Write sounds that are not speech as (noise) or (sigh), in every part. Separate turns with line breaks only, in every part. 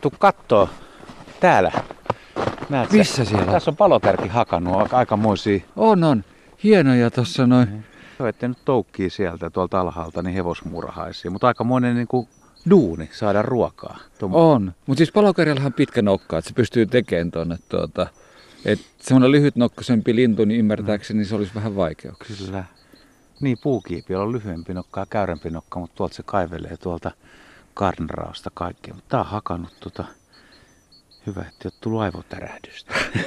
tuu kattoo. Täällä. Näet sä?
Missä siellä?
Tässä on palokärki hakannut aika- aikamoisia.
On, on. Hienoja tossa noin.
Joo, ettei nyt toukkii sieltä tuolta alhaalta niin hevosmurhaisia, mutta aikamoinen niin kuin duuni saada ruokaa. Tuom-
On. Mutta siis palokärjellähän on pitkä nokka, että se pystyy tekemään tuonne tuota. Et semmoinen lyhytnokkasempi lintu, niin ymmärtääkseni se olisi vähän vaikeuksia.
Kyllä. Niin, puukiipiöllä on lyhyempi nokka ja käyrempi nokka, mutta tuolta se kaivelee tuolta karnraasta kaikkea. Mutta tää on hakannut tota... Hyvä, että ei ole tullut aivotärähdystä. (laughs)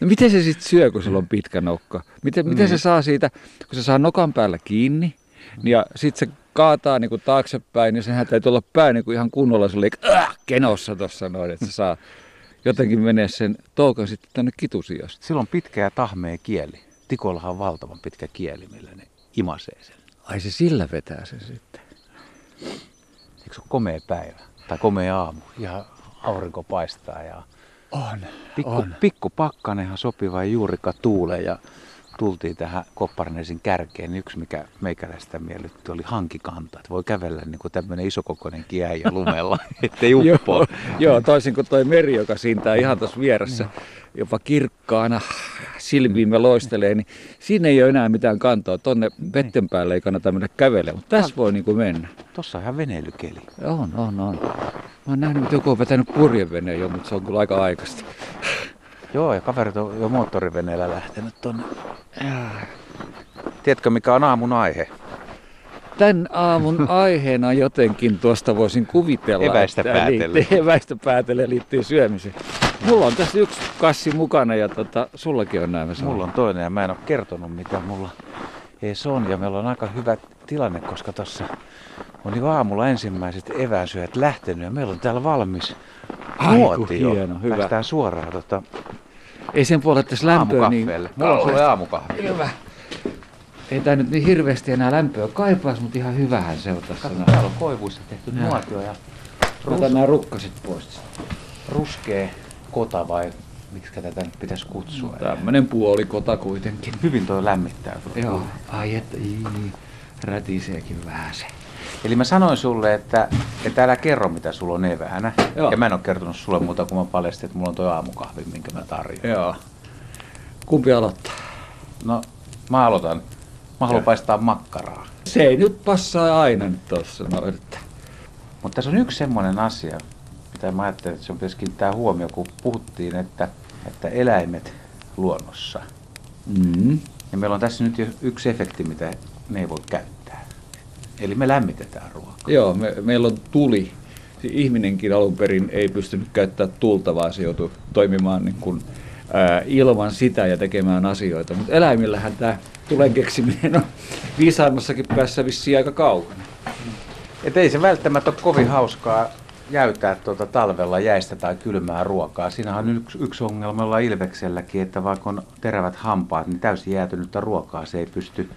No miten se sitten syö, kun sulla on pitkä nokka? Miten, miten se saa siitä, kun se saa nokan päällä kiinni, niin ja sitten se kaataa niinku taaksepäin, niin senhän täytyy olla pää niinku ihan kunnolla sulle äh, kenossa tuossa noin, että se saa jotenkin menee sen toukan sitten tänne kitusijasta.
Sillä on pitkä ja tahmea kieli. Tikollahan on valtavan pitkä kieli, millä ne imasee sen.
Ai se sillä vetää sen sitten.
Eikö se ole komea päivä? Tai komea aamu. Ja aurinko paistaa ja
On,
Pikku, pikku pakkanenhan sopiva ei juurikaan tuule ja tultiin tähän Kopparnesin kärkeen. niin Yksi, mikä meikäläistä miellytti, oli hankikanta. Että voi kävellä niin kuin tämmöinen isokokoinen äijä lumella, (laughs) ettei uppoa.
Joo, joo, toisin kuin toi meri, joka siintää ihan tuossa vieressä, jopa kirkkaana silmiimme loistelee, niin siinä ei ole enää mitään kantoa. Tonne
Niin.
vetten päälle ei kannata mennä kävelemään, mutta
Ah.
tässä voi niinku mennä.
Tossa on ihan veneilykeli.
On, on, on. Mä oon nähnyt, että joku on vetänyt purjeveneen jo, mutta se on kyllä aika aikaista.
Joo, ja kaverit on jo moottoriveneellä lähtenyt tonne. Jaa. Tiedätkö, mikä on aamun aihe?
Tän
(laughs)
aamun aiheena jotenkin tuosta voisin kuvitella,
Eväistä
että
päätellen.
liittyy, (laughs) eväistä päätellen liittyy syömiseen. Mulla on tässä yksi kassi mukana ja tota, sullakin on näin. mä sanon.
Mulla on toinen ja mä en ole kertonut, mitä mulla ees on. Ja meillä on aika hyvä tilanne, koska tuossa on jo aamulla ensimmäiset eväsyöt lähtenyt ja meillä on täällä valmis
Ai, kun
nuotio.
hieno, hyvä.
Päästään suoraan tota
Ei sen puolelle tässä lämpöä niin
aamukahveelle. Mulla on sulle aamukahvi.
Hyvä. Ei tää nyt niin hirveästi enää lämpöä kaipaisi, mutta ihan hyvähän se on tässä.
Kato, täällä on koivuista tehty
Joo.
nuotio ja
Otan nämä rukkaset pois.
ruskea kota vai miksi tätä nyt pitäisi kutsua.
Tämmönen puolikota kuitenkin.
Hyvin toi lämmittää. tuo
Joo. Ai että, ii, rätiseekin vähän se.
Eli mä sanoin sulle, että, että älä kerro mitä sulla on eväänä.
Joo.
Ja mä en ole kertonut sulle muuta kuin mä paljastin, että mulla on toi aamukahvi, minkä mä tarjoan.
Joo. Kumpi aloittaa?
No, mä aloitan. Mä haluan paistaa makkaraa.
Se ei nyt passaa aina nyt tossa noin. että-
Mutta tässä on yksi semmoinen asia, mitä mä ajattelin, että se on pitäisi kiinnittää huomio, kun puhuttiin, että, että eläimet luonnossa.
Mm.
Ja meillä on tässä nyt jo yksi efekti, mitä ne ei voi käyttää. Eli me lämmitetään ruokaa.
Joo, me, meillä on tuli. Se Ihminenkin alun perin ei pystynyt käyttämään tulta, vaan se joutui toimimaan niin kuin, ää, ilman sitä ja tekemään asioita. Mutta eläimillähän tämä tulen keksiminen on viisaimmassakin päässä vissiin aika kaukana.
Et ei se välttämättä ole kovin hauskaa jäytää tuota talvella jäistä tai kylmää ruokaa. Siinähän on yksi, yksi ongelma olla ilvekselläkin, että vaikka on terävät hampaat, niin täysin jäätynyttä ruokaa se ei pysty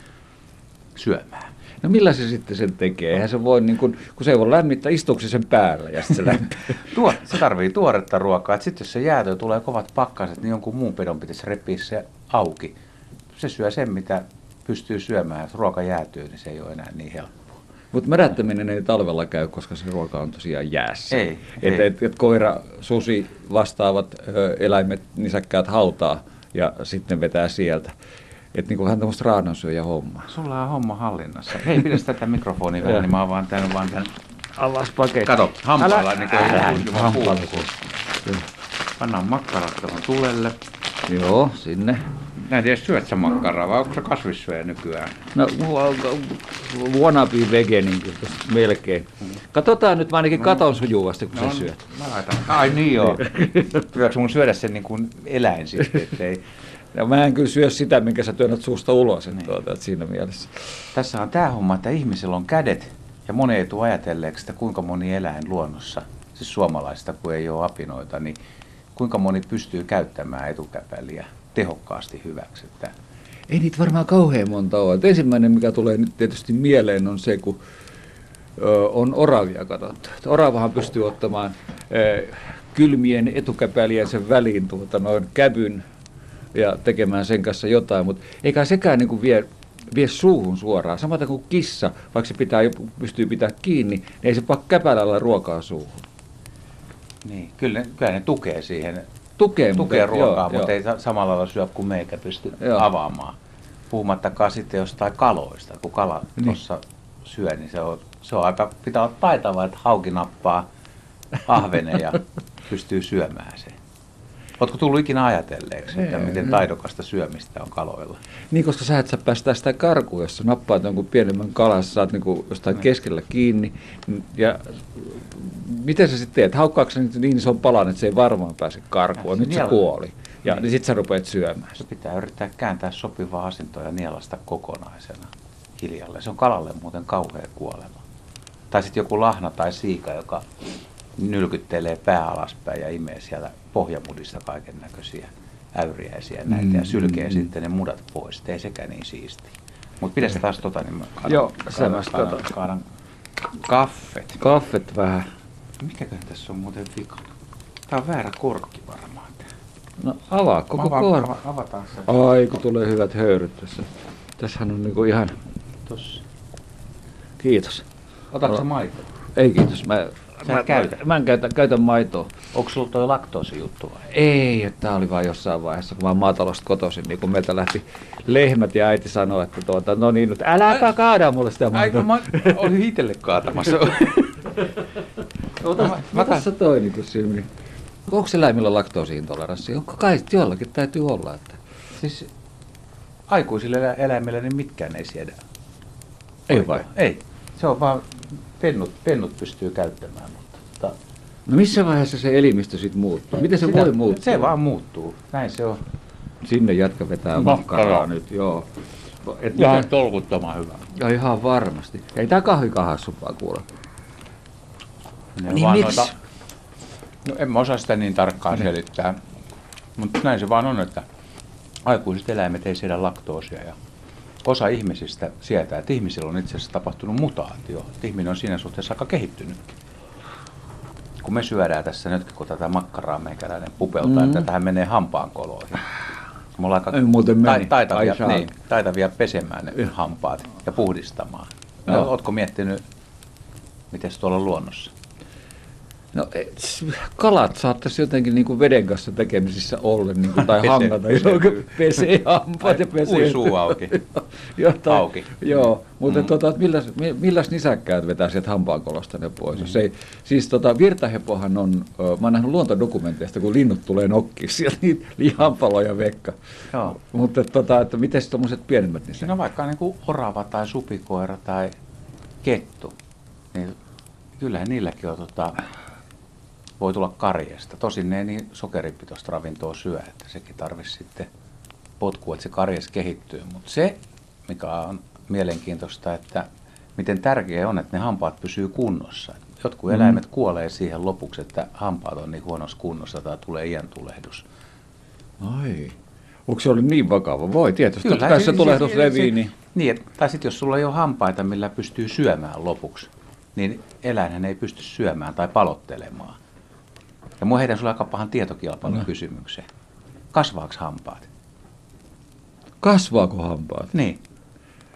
syömään.
No millä se sitten sen tekee? Eihän se voi, niin kuin, kun se ei voi lämmittää, istuuko se sen päällä ja sitten se lämpiää?
Tuo, se tarvii tuoretta ruokaa. Sitten jos se jäätö tulee kovat pakkaset, niin jonkun muun pedon pitäisi repiä se auki. Se syö sen, mitä pystyy syömään. Jos ruoka jäätyy, niin se ei ole enää niin helppoa.
Mutta märättäminen ei talvella käy, koska se ruoka on tosiaan jäässä.
Ei,
et,
ei.
Et, et koira, susi, vastaavat ö, eläimet, nisäkkäät hautaa ja sitten vetää sieltä. Et niinku vähän tämmöistä raanansyöjä hommaa.
Sulla on homma hallinnassa. Hei, pidä sitä mikrofonia vähän, niin mä avaan tän vaan tän
Alas paketti.
Kato, hampailla
Älä-
niin kuin
älä-
kulkeva
hampailla
puukko. Pannaan makkarat tuohon tulelle.
Joo, sinne.
Mä en tiedä, syöt sä makkaraa vai onko sä kasvissyöjä nykyään?
No, mulla on wannabe vege niin kuin melkein. Katsotaan nyt, mä ainakin katon sujuvasti,
No
kun sä syöt.
Mä laitan. Ai niin
(laughs)
joo. Pitääkö mun syödä sen niin kuin eläin sitten, ettei...
No, mä en kyllä syö sitä, minkä sä työnnät suusta ulos, niin. tuota, et siinä mielessä.
Tässä on tää homma, että ihmisellä on kädet ja moni ei tule ajatelleeksi, että kuinka moni eläin luonnossa, siis suomalaista, kun ei ole apinoita, niin kuinka moni pystyy käyttämään etukäpäliä tehokkaasti hyväksi. Että
Ei niitä varmaan kauhean monta ole. Et ensimmäinen, mikä tulee nyt tietysti mieleen, on se, kun ö, on oravia katsottu. Et oravahan pystyy ottamaan ö, kylmien etukäpäliänsä väliin tuota, noin kävyn ja tekemään sen kanssa jotain, mutta eikä sekään niin kuin vie, vie suuhun suoraan. Samaten kuin kissa, vaikka se pitää, pystyy pitää kiinni, niin ei se pakka käpälällä ruokaa suuhun.
Niin, kyllä, ne- kyllä ne tukee siihen,
Tukee,
tukee
mutta-
ruokaa,
joo,
mutta
joo.
ei sa- samalla lailla syö kuin meikä pysty
Joo.
avaamaan. Puhumattakaan sitten jostain kaloista, kun kala
Niin.
niin. tuossa syö, niin se on, se on aika, pitää olla taitava, että hauki nappaa ahvenen
(laughs)
ja pystyy syömään sen. Oletko tullut ikinä ajatelleeksi, että
Ei,
miten
no.
taidokasta syömistä on kaloilla?
Niin, koska sä et sä päästä sitä karkuun, jos sä nappaat jonkun pienemmän kalan, sä saat niinku jostain
Niin.
keskellä kiinni. n- Ja miten sä sitten teet? Haukkaako sä nyt niin ison palan, että se ei varmaan pääse karkuun?
Ja se
Nyt se
niellä-
kuoli. Ja
Niin.
niin. sit sä rupeat syömään.
Se pitää yrittää kääntää sopivaa asentoa ja nielasta kokonaisena hiljalleen. Se on kalalle muuten kauhea kuolema. Tai sitten joku lahna tai siika, joka nylkyttelee pää alaspäin ja imee siellä pohjamudissa kaiken näköisiä äyriäisiä ja näitä mm, ja
Mm,
sylkee
mm,
mm, sitten ne mudat pois. Ei sekään niin siisti. Mutta pidä se taas tota, niin mä kaadan,
Mm. Joo, tota.
kaadan-
sä mä sitä
kaadan-
otan.
kaadan kaffet.
Kaffet vähän.
Mikäköhän tässä on muuten vikana? Tää on väärä korkki varmaan. tää.
No avaa koko
Avaa-
korva.
ava- Avataan se.
Ai, kun tulee hyvät höyryt tässä. Tässähän on niinku ihan...
Tossa.
Kiitos.
Otatko
Ota-
sä maitoa?
Ei kiitos, mä,
Sä et
mä,
käytä.
mä en käytä, käytä maitoa.
Onko sulla toi laktoosijuttu vai?
Ei, että tää oli vaan jossain vaiheessa, kun mä oon maatalosta kotoisin, niin kun meiltä lähti lehmät ja äiti sanoi, että tuota, no niin nyt, äläkä kaada mulle sitä maitoa.
olin itselle
(laughs)
kaatamassa.
Ota,
mä-
mä,
mä
mä
kans-
tässä toi niin silmiin. Onko eläimillä laktoosiintoleranssi? Onko kai jollakin täytyy olla? Että...
siis aikuisille elä- eläimille niin mitkään ei siedä.
Ei
Oikein.
vai?
Ei. Se on vaan, pennut, pennut pystyy käyttämään. Mutta, tota,
No missä vaiheessa se elimistö sitten muuttuu? Miten se
sitä-
voi muuttua?
Se vaan muuttuu. Näin se on.
Sinne jatka vetää
Makkaraa.
makkaraa nyt, joo. Et mitä-
tolkuttoman hyvä.
Ja ihan varmasti. Ei tää kahvi kahassumpaa kuule.
Ne
Niin
vaan
miksi?
noita- no en mä osaa sitä niin tarkkaan
Niin.
selittää. Mutta näin se vaan on, että aikuiset eläimet ei siedä laktoosia ja osa ihmisistä sietää, että ihmisillä on itse asiassa tapahtunut mutaatio. Että ihminen on siinä suhteessa aika kehittynyt. Kun me syödään tässä nyt, kun tätä makkaraa meikäläinen pupeltaa, mm.
Mm.
että tähän menee hampaan koloihin. Me ollaan aika
Ei muuten meni.
taitavia,
Ai saa.
niin, taitavia pesemään ne hampaat ja puhdistamaan. No,
Joo.
ootko miettinyt, miten tuolla on luonnossa?
No, et s- kalat saattaisi jotenkin niin kuin veden kanssa tekemisissä olla, niin kuin, tai
Pesee-
hangata, jos oikein (laughs) pesee hampaat ja
Ai,
pesee.
ui suu auki.
Jotain,
Auki.
Joo, mutta
Mm.
mm. tota, milläs, mi- milläs nisäkkäät vetää sieltä hampaankolosta ne pois? Jos ei, siis tota, virtahepohan on, ö, mä oon nähnyt luontodokumenteista, kun linnut tulee nokkiksi (laughs) sieltä niitä lihanpaloja vekka.
Joo.
Mutta tota, että miten tuommoiset pienemmät nisäkkäät?
No vaikka niin kuin orava tai supikoira tai kettu, niin kyllähän niilläkin on, tota, voi tulla karjesta. Tosin ne ei niin sokeripitoista ravintoa syö, että sekin tarvitsisi sitten potkua, että se karjes kehittyy. Mutta se, mikä on mielenkiintoista, että miten tärkeää on, että ne hampaat pysyy kunnossa. Jotkut
Mm.
eläimet kuolee siihen lopuksi, että hampaat on niin huonossa kunnossa tai tulee iän tulehdus.
Ai. Onko se ollut niin vakava? Voi tietysti. Kyllä,
se-
tässä
se-
tulehdus
se-
levii,
se-
niin...
niin et- tai sitten jos sulla ei ole hampaita, millä pystyy syömään lopuksi, niin eläinhän ei pysty syömään tai palottelemaan. Ja mua heitän sulle aika pahan
No.
tietokilpailukysymykseen. Kasvaako hampaat?
Kasvaako hampaat?
Niin.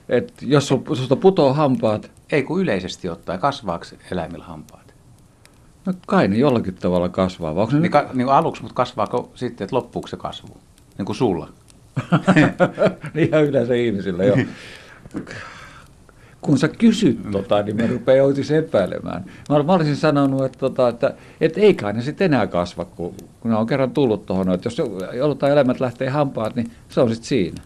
Et jos sul- susta putoo hampaat,
Ei kun yleisesti ottaen, kasvaako eläimillä hampaat?
no kai ne jollakin tavalla kasvaa. Vai onko ne
Niin,
nyt-
ka, niin kuin aluksi, mutta kasvaako sitten, että loppuuko se kasvu? Niin kuin sulla.
(laughs) niin ihan yleensä ihmisillä, joo. Kun sä kysyt
Mm.
tota, niin mä rupean oitis epäilemään. Mä, mä olisin sanonut, että, tota, että, että ei kai ne sitten enää kasva, kun, kun ne on kerran tullut tuohon. Että jos jo- joltain elämät lähtee hampaat, niin se on sitten siinä.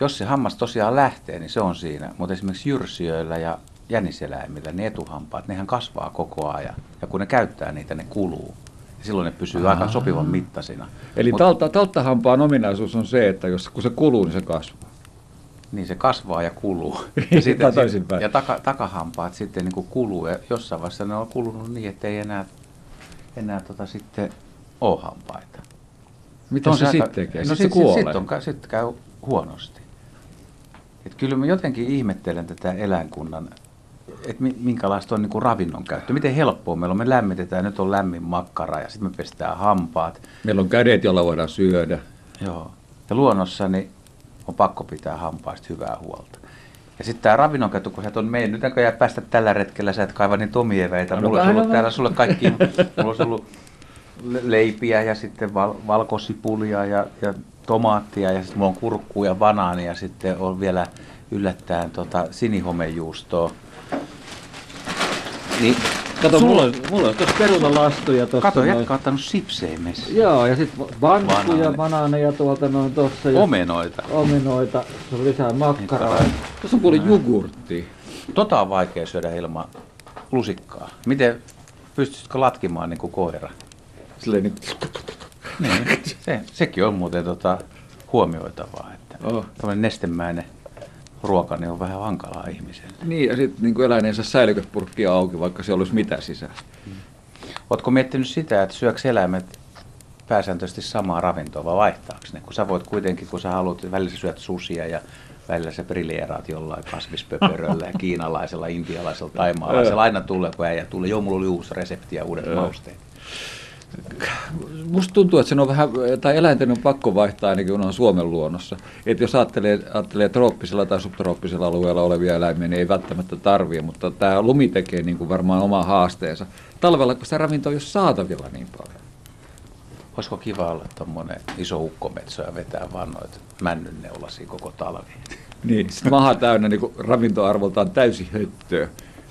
Jos se hammas tosiaan lähtee, niin se on siinä. Mutta esimerkiksi jyrsijöillä ja jäniseläimillä, niin etuhampaat, nehän kasvaa koko ajan. Ja kun ne käyttää niitä, ne kuluu. Ja silloin ne pysyy aika sopivan mittaisina.
Eli
Mut-
taltta, talttahampaan ominaisuus on se, että jos, kun se kuluu, niin se kasvaa.
Niin se kasvaa ja
(laughs)
kuluu.
Tai
Ja, sitten,
toisinpäin.
ja taka, takahampaat sitten niin kuin kuluu. Ja jossain vaiheessa ne on kulunut niin, että ei enää, enää tota sitten ole hampaita.
Mitä
On
se,
aika-
sitten tekee?
No
No, sitten
sit-
se kuolee.
Sitten on, sit käy huonosti. Et kyllä mä jotenkin ihmettelen tätä eläinkunnan, että minkälaista on niinku ravinnon käyttö. Miten helppoa meillä on. Me lämmitetään, nyt on lämmin makkara ja sitten me pestään hampaat.
Meillä on kädet, joilla voidaan syödä.
Joo. Ja luonnossa niin on pakko pitää hampaista hyvää huolta. Ja sitten tämä ravinnonkäyttö, kun sä et on, me ei nyt näköjään päästä tällä retkellä, sä et kaiva niitä omia eväitä.
No,
Mulla olisi
vähän
ollut
on-
täällä sulle kaikki, mulla olisi ollut le- leipiä ja sitten val, valkosipulia ja, ja tomaattia ja sitten mulla on kurkkuu ja banaani ja sitten on vielä yllättäen tota sinihomejuustoa. Niin,
Kato,
Sulla
mulla,
on, mulla on tuossa perunalastuja tuossa.
kato,
noin.
jätkä on ottanut sipsejä messiin.
Joo, ja sitten vankkuja,
Banaani.
banaaneja tuolta noin tuossa. Ja
Omenoita.
omenoita, se on lisää makkaraa.
Niin,
tuossa on kuule jogurtti.
Tota on vaikea syödä ilman lusikkaa. Miten pystytkö latkimaan niin kuin koira?
Silleen niin,
Niin, se, sekin on muuten tota, huomioitavaa, että
Oh.
oh. tämmöinen nestemäinen ruoka niin on vähän hankalaa ihmiselle.
niin ja sitten niin eläinen saa säilykepurkkia auki, vaikka se olisi mitä sisällä.
Oletko miettinyt sitä, että syöks eläimet pääsääntöisesti samaa ravintoa vai vaihtaako ne? Kun sä voit kuitenkin, kun sä haluat, välillä sä syöt susia ja välillä sä brilleeraat jollain kasvispöperöllä ja kiinalaisella, intialaisella, taimaalaisella. Aina tulee, kun äijä tulee. Joo, mulla oli uusi resepti ja uudet mausteet.
Musta tuntuu, että sen on vähän, tai eläinten on pakko vaihtaa ainakin, kun ne on Suomen luonnossa. Että jos ajattelee, ajattelee trooppisella tai subtrooppisella alueella olevia eläimiä, niin ei välttämättä tarvii, mutta tämä lumi tekee niin kuin varmaan oma haasteensa. Talvella, kun sitä ravintoa ei ole saatavilla niin paljon.
Olisiko kiva olla tuommoinen iso ukkometsä ja vetää vaan noita männynneulasia koko talvi?
Niin, sitten maha täynnä niin kuin ravintoarvoltaan täysi höttöä,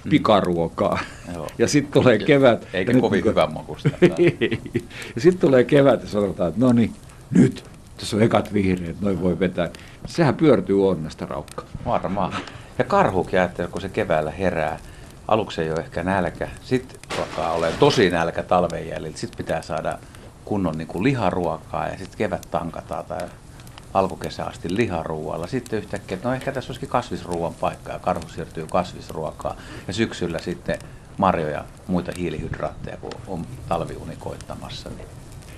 pikaruokaa.
Mm. Joo.
Ja sitten tulee kevät.
Eikä
ja nyt
kovin
niin kuin-
hyvän makusta.
(laughs) Niin. ja sitten tulee kevät ja sanotaan, että no niin, nyt, tässä on ekat vihreät, noin voi vetää. Sehän pyörtyy onnesta raukka.
Varmaan. Ja karhukin ajattelee, kun se keväällä herää, aluksi ei ole ehkä nälkä, sitten alkaa olemaan tosi nälkä talven jäljiltä, sitten pitää saada kunnon niin kuin liharuokaa ja sitten kevät tankataan tai alkukesä asti liharuualla. Sitten yhtäkkiä, että no ehkä tässä olisikin kasvisruoan paikka ja karhu siirtyy kasvisruokaan. Ja syksyllä sitten marjoja, muita hiilihydraatteja, kun on talviuni koittamassa. Niin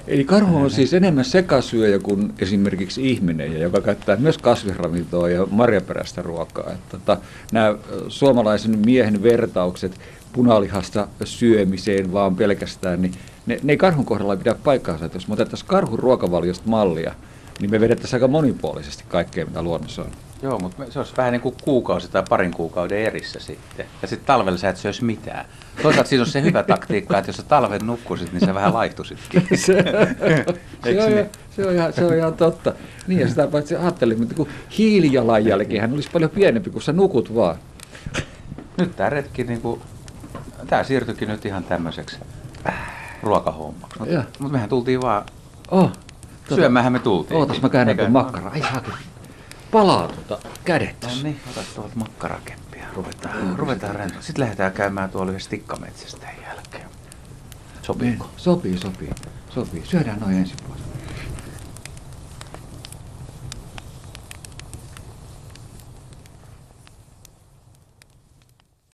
Eli karhu on siis enemmän sekasyöjä kuin esimerkiksi ihminen, ja joka käyttää myös kasvisravintoa ja marjaperäistä ruokaa. Että, tota, nämä ö, suomalaisen miehen vertaukset punalihasta syömiseen vaan pelkästään, niin ne, ne ei karhun kohdalla ei pidä paikkaansa. Että jos me otettaisiin karhun ruokavaliosta mallia, niin me vedettäisiin aika monipuolisesti kaikkea, mitä luonnossa on.
Joo, mutta se olisi vähän niin kuin kuukausi tai parin kuukauden erissä sitten. Ja sitten talvella sä et syös mitään. Toisaalta siinä on se hyvä taktiikka, että jos sä talven nukkusit, niin sä vähän laihtuisitkin.
se,
Eiks
se, on,
niin?
ihan- se, on ihan, se on ihan totta. Niin ja sitä paitsi ajattelin, että kun hiilijalanjälkihän olisi paljon pienempi, kun sä nukut vaan.
Nyt tämä retki, niin kuin, tämä siirtyikin nyt ihan tämmöiseksi ruokahommaksi. Mutta
Joo.
mut mehän tultiin vaan,
Oh,
syömähän me tultiin.
Ootas mä käännän
Eikä-
tuon makkaraa. Ai haki. Palaa tuota kädet
No
tässä.
niin, ota tuolta makkarakeppiä. Ruvetaan, ruvetaan rentoon. Sitten lähdetään käymään tuolla yhdessä tikkametsästä jälkeen. Sopiiko?
Niin. Sopii, sopii. Sopii. Syödään noin ensin pois.